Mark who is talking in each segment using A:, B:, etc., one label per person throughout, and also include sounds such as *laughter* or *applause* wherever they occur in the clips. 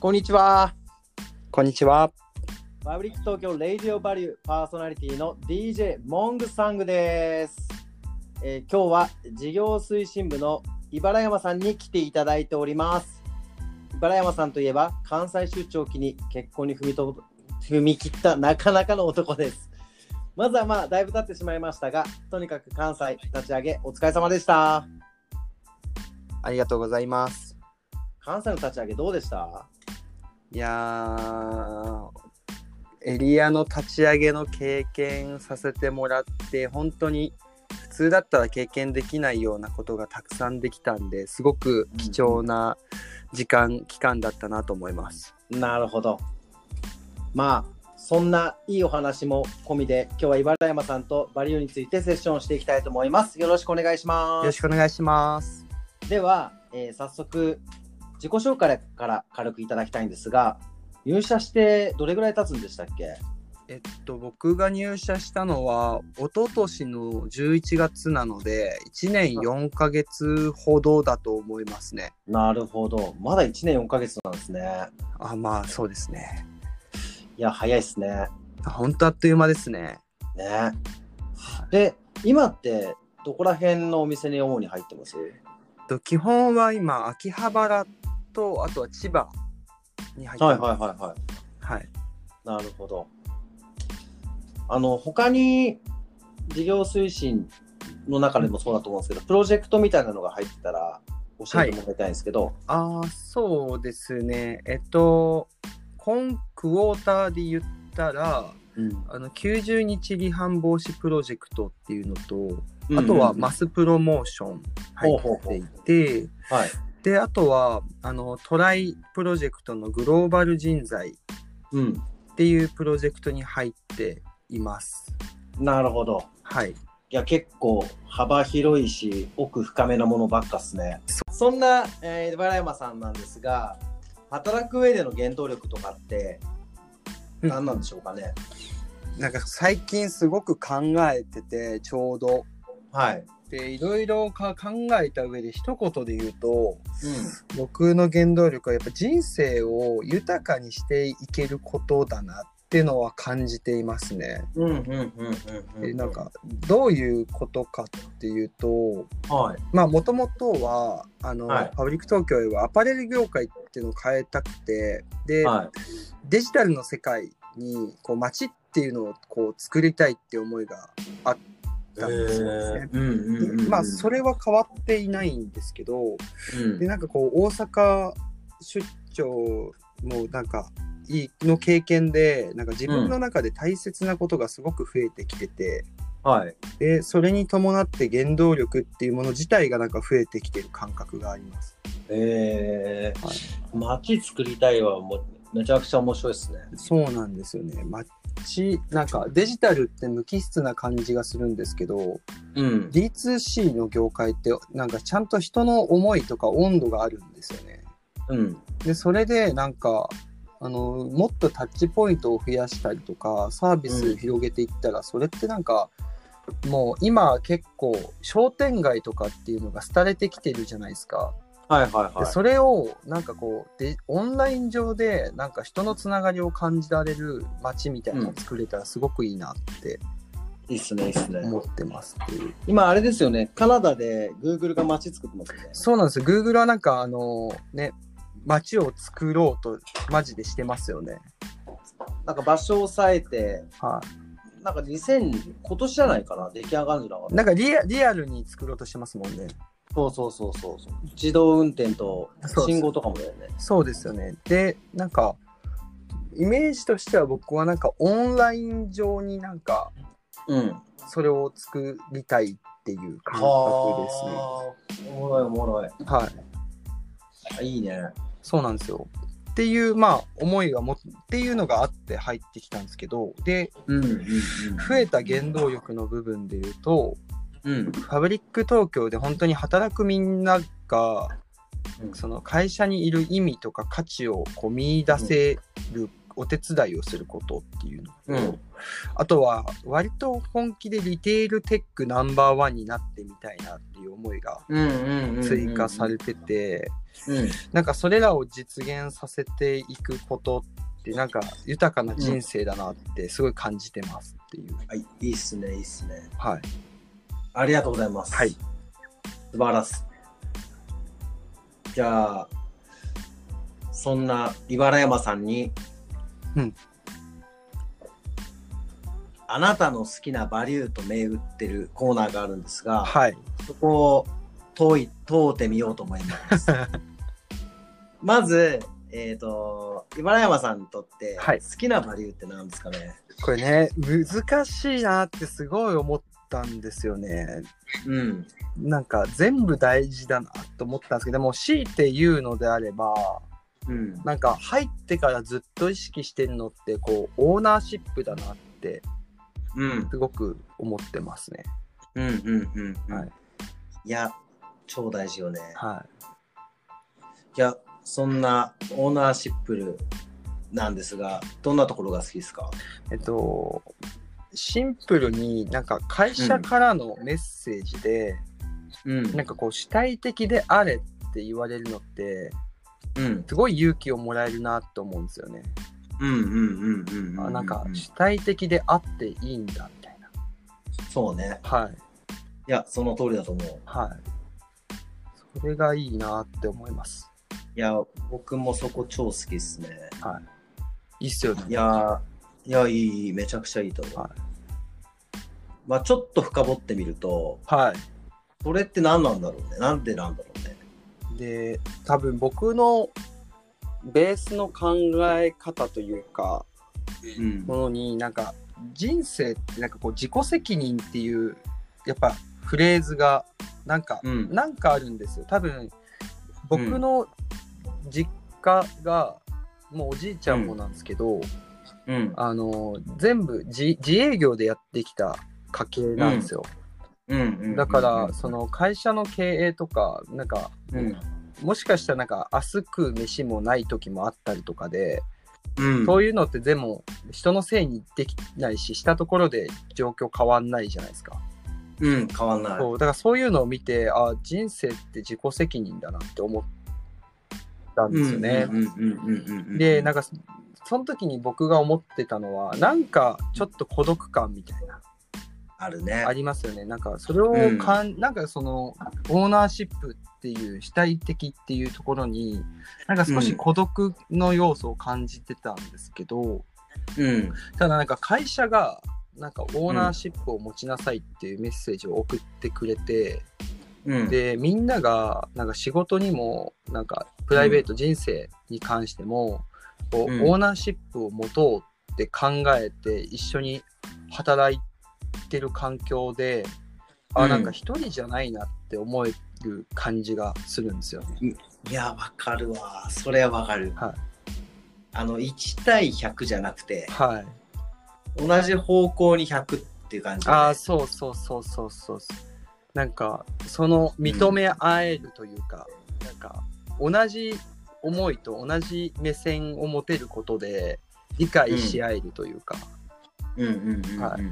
A: こんにちは。
B: こんにちは。
A: バブリック東京レイディオバリューパーソナリティの DJ モングサングです。えー今日は事業推進部の茨山さんに来ていただいております。茨山さんといえば関西出張を機に結婚に踏みと踏み切ったなかなかの男です。まずはまあだいぶ経ってしまいましたが、とにかく関西立ち上げお疲れ様でした。
B: ありがとうございます。
A: 関西の立ち上げどうでした
B: いやー、エリアの立ち上げの経験させてもらって、本当に普通だったら経験できないようなことがたくさんできたんで、すごく貴重な時間、期間だったなと思います。
A: なるほど。まあそんないいお話も込みで今日は茨山さんとバリューについてセッションをしていきたいと思います。よろしくお願いし
B: よ
A: ま
B: ろしくお願いします。
A: す。では、えー早速自己紹介から軽くいただきたいんですが入社してどれぐらい経つんでしたっけ
B: えっと、僕が入社したのは、一昨年の11月なので、1年4ヶ月ほどだと思いますね。
A: なるほど。まだ1年4ヶ月なんですね。
B: あ、まあ、そうですね。
A: いや早いですね。
B: 本当あっという間ですね。
A: ね。で今ってどこら辺のお店に主に入ってます
B: と基本は今秋葉原とあとは千葉に入って
A: はい
B: ます。
A: はいはいはい。
B: はい。
A: なるほど。あの他に事業推進の中でもそうだと思うんですけど、プロジェクトみたいなのが入ってたら教えてもらいたいんですけど、
B: ああそうですね。えっと今クォーターで言ったら
A: うん
B: あの90日離反防止プロジェクトっていうのと、あとはマ
A: ス、
B: スプロモーション入っていて。
A: はい、
B: であとはあのトライプロジェクトのグローバル人材っ
A: うん、
B: ていうプロジェクトに入っています。
A: なるほど。
B: はい、
A: いや結構幅広いし奥深めなものばっかっすね。そんな、えー、原山さんなんですが、働く上での原動力とかって何なんでしょうかね。
B: なんか最近すごく考えててちょうど
A: はい。
B: でいろいろか考えた上で一言で言うと
A: う
B: 僕の原動力はやっぱ人生を豊かにしていけることだなってのは感じていますね。
A: ん、うん、うん、うん、う
B: で
A: ん。
B: なん、かどういうことかっていうと
A: はい。
B: まあもともとはあの、
A: はい
B: パブリック東京へはアパレル業界っていうのを変えたくてで、
A: はい。
B: デジタルの世界にこう街っていうのをこう作りたいって思いがあったんですよね。
A: うんうんうん、
B: まあそれ
A: は、
B: は変わっていないんですけど
A: うん
B: でなんかこう大阪出張もなんかいいの経験でなんか自分の中で大切なことがすごく増えてきてて、
A: はい、
B: でそれに伴って原動力っていうもの自体がなんか増えてきてる感覚があります。
A: えー
B: はい
A: 街作りたいはもうめちゃくちゃ面白いですね。
B: そうなんですよね街なんかデジタルって無機質な感じがするんですけど
A: うん
B: D2C の業界ってなんかちゃんと人の思いとか温度があるんですよね。
A: うん
B: でそれでなんかあのもっとタッチポイントを増やしたりとかサービス広げていったら、それってなんかもう今結構商店街とかっていうのが廃れてきてるじゃないですか、
A: はいはい
B: で
A: はい。
B: それをなんかこうでオンライン上でなんか人のつながりを感じられる街みたいなのを作れたらすごくいいなって
A: いいっすねいいっすね。
B: 思ってますっていう、
A: 今あれですよねカナダで Google が街作ってますよね。
B: そうなんですよ Google はなんかあのね街を作ろうとマジでしてますよね
A: なんか場所を抑えて
B: はい
A: なんか2000今年じゃないかな出来上がるんじゃなかった。
B: なんかリアリアルに作ろうとしてますもんね。
A: そうそうそうそうそう。自動運転と
B: そう
A: 信号とかもだよね。
B: そうですよね。で、なんか、イメージとしては僕はなんかオンライン上になんか
A: うん。
B: それを作りたいっていう感覚です
A: は
B: ね。
A: あおもろいおもろい
B: はい。
A: あ。いいね。
B: そうなんですよ。っていう、まあ、思いがもっていうのがあって入ってきたんですけど、で、
A: うんうんうん。
B: 増えた原動力の部分で言うと、
A: うん。
B: ファブリック東京で本当に働くみんなが
A: うん
B: その会社にいる意味とか価値をこう見出せるお手伝いをすることっていうのを、
A: うん
B: あとは割と本気でリテールテックナンバーワンになってみたいなっていう思いが
A: うんうんうんうん
B: 追加されてて、
A: うん
B: なんかそれらを実現させていくことってなんか豊かな人生だなってすごい感じてますっていう、
A: はい、いいっすね、いいっすね。
B: はい
A: ありがとうございます。
B: はい。
A: 素晴らしい。じゃあ、そんな茨山さんに、
B: うん
A: あなたの好きなバリューと銘打ってるコーナーがあるんですが、
B: はい
A: そこを問い問うてみようと思い *laughs* ます。まず、えっ、と、茨山さんにとって、
B: はい
A: 好きなバリューって何ですかね。
B: これね難しいなってすごい思ったんですよね
A: うん。
B: なんか全部大事だなと思ったんですけどでも強いて言うのであれば
A: うん。
B: なんか入ってからずっと意識してるのってこうオーナーシップだなって
A: うん。
B: すごく思ってますね
A: うんうんうんうん、
B: はい
A: い、や超大事よね
B: はい
A: やそんなオーナーシップなんですがどんなところが好きですか
B: いえっとシンプルになんか会社からのメッセージで、
A: うん
B: なんかこう主体的であれって言われるのって
A: うん
B: すごい勇気をもらえるなと思うんですよね。
A: うんうんうんうんうん
B: あなんか
A: う
B: 主体的であっていいんだみたいな。
A: そうね
B: はい
A: いやその通りだと思う
B: はい。それがいいなって思います。
A: いや僕もそこ超好きっすね
B: いいっすよね。
A: いやいやいいめちゃくちゃいいと思う、
B: はい
A: まあちょっと深掘ってみると
B: は
A: それって何なんだろうねなんでなんだろうね
B: い。で多分僕のベースの考え方というか
A: うん
B: ものになんか人生ってなんかこう自己責任っていうやっぱフレーズがなんか
A: うん
B: なんかあるんですよ多分僕の実家が、もうおじいちゃんもなんですけど、
A: うん
B: あの全部自自営業でやってきた家系なんですよ、
A: うんうん
B: だから、
A: うん
B: その会社の経営とかなんか、
A: うん
B: もしかしたらなんか明日食う飯もない時もあったりとかで、
A: うん
B: そういうのって全部人のせいにできないししたところで状況変わんないじゃないですか、
A: うん、変わんない。
B: そうだからそういうのを見てあ人生って自己責任だなって思ったんですよね、
A: うんうんうんうんうんうん、
B: でなん
A: か、
B: かそその時に僕が思ってたのはなんかちょっと孤独感みたいな
A: あるね
B: あ。りますよねなんかそれをかん、なんかそのオーナーシップっていう主体的っていうところになんか少し孤独の要素を感じてたんですけど、
A: うん。
B: ただなんか会社がなんかオーナーシップを持ちなさいっていうメッセージを送ってくれて、
A: うん、
B: でみんながなんか仕事にもなんかプライベート人生に関しても、こう
A: うん
B: オーナーシップを持とうって考えて一緒に働いてる環境で、
A: う
B: あ
A: ん
B: なんか一人じゃないなって思える感じがするんですよね。
A: いや、わかるわ。それはわかる。
B: はい
A: あの、1対100じゃなくて、
B: はい、
A: 同じ方向に100っていう感じ、
B: ああそうそうそうそうそうなんかその認め合えるというか、なんか同じ思いと同じ目線を持てることで理解し合えるというか、
A: うんうんうんうん、、
B: はい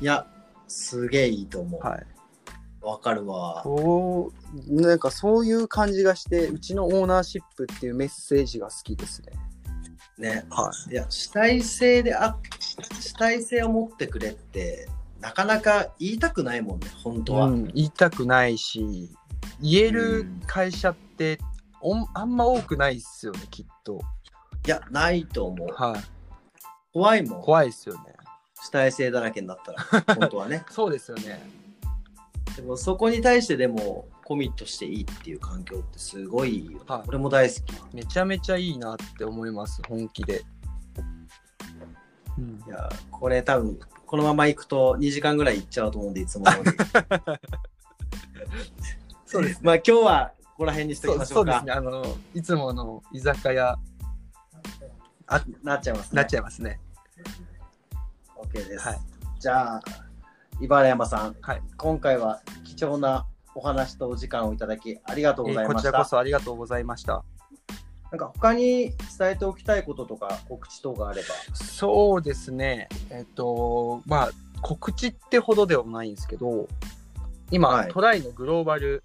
A: いや、すげえいいと思う。わ、
B: はい
A: かるわ。
B: そうなんかそういう感じがしてうちのオーナーシップっていうメッセージが好きですね
A: ね。
B: はい
A: や、主体性であ、主体性を持ってくれって、なかなか言いたくないもんね、本当は。
B: うん、言いたくないし言える会社っておんあんま多くないっすよねきっと
A: いや、ないと思う。
B: はい
A: 怖いもん。
B: 怖いっすよね
A: 主体性だらけにな
B: *laughs*
A: ったら本当はね
B: そうですよね
A: でもそこに対してでもコミットしていいっていう環境ってすごいよ、
B: はい
A: 俺も大好きい
B: めちゃめちゃいいなって思います本気で、うん、
A: やこれ多分このまま行くと2時間ぐらい行っちゃうと思うんでいつも通り
B: *laughs* そうです
A: まあ今日はここら辺にしておき
B: そ
A: ま
B: う
A: しょ
B: そううです
A: か
B: ねあのいつもの居酒屋
A: なっちゃいます
B: な
A: ね
B: っちゃいますね
A: OK です、
B: はい
A: じゃあ茨山さん、
B: はい
A: 今回は貴重なお話とお時間をいただきありがとうござい
B: えー
A: ま
B: こ
A: し
B: ち
A: た
B: らこそありがとうございました
A: なんか他に伝えておきたいこととか告知等があれば。
B: そうですね。えっと、まあ、告知ってほどではないんですけど、今、
A: はい
B: トライのグローバル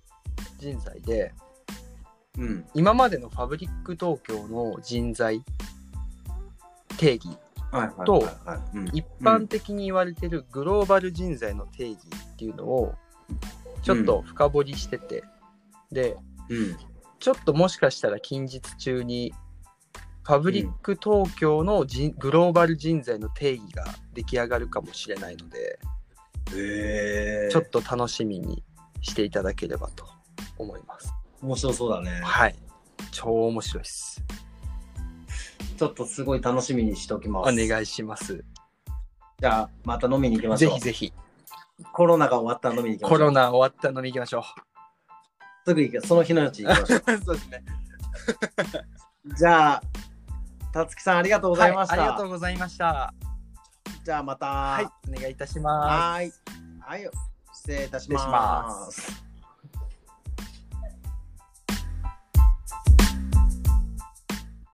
B: 人材で、
A: うん。
B: 今までのファブリック東京の人材定義、
A: はいはいと、
B: 一般的に言われてるグローバル人材の定義っていうのを、ちょっと深掘りしてて、で、
A: うん。
B: ちょっともしかしたら近日中に、ファブリック東京のじんグローバル人材の定義が出来上がるかもしれないので、
A: え
B: ちょっと楽しみにしていただければと思います。
A: 面白そうだね。
B: はい。超面白いです。
A: ちょっとすごい楽しみにしておきま
B: お
A: す。
B: 願いします。
A: じゃあ、また飲みに行きまし
B: ぜ
A: ょう。
B: ひぜひ、
A: コロナが終わったら飲みに行きましょ
B: コ
A: う。
B: ロナ終わったのに行きま
A: *laughs*
B: しょ
A: すぐ行く。その日のうち行きましょう。
B: う。そうですね。 *laughs*
A: じゃあ、たつきさんありがとうございました。
B: はいありがとうございました。
A: じゃあまた。
B: はい。お願いいたします。
A: はい。はい。失礼いたし
B: 失礼し
A: ま。
B: ます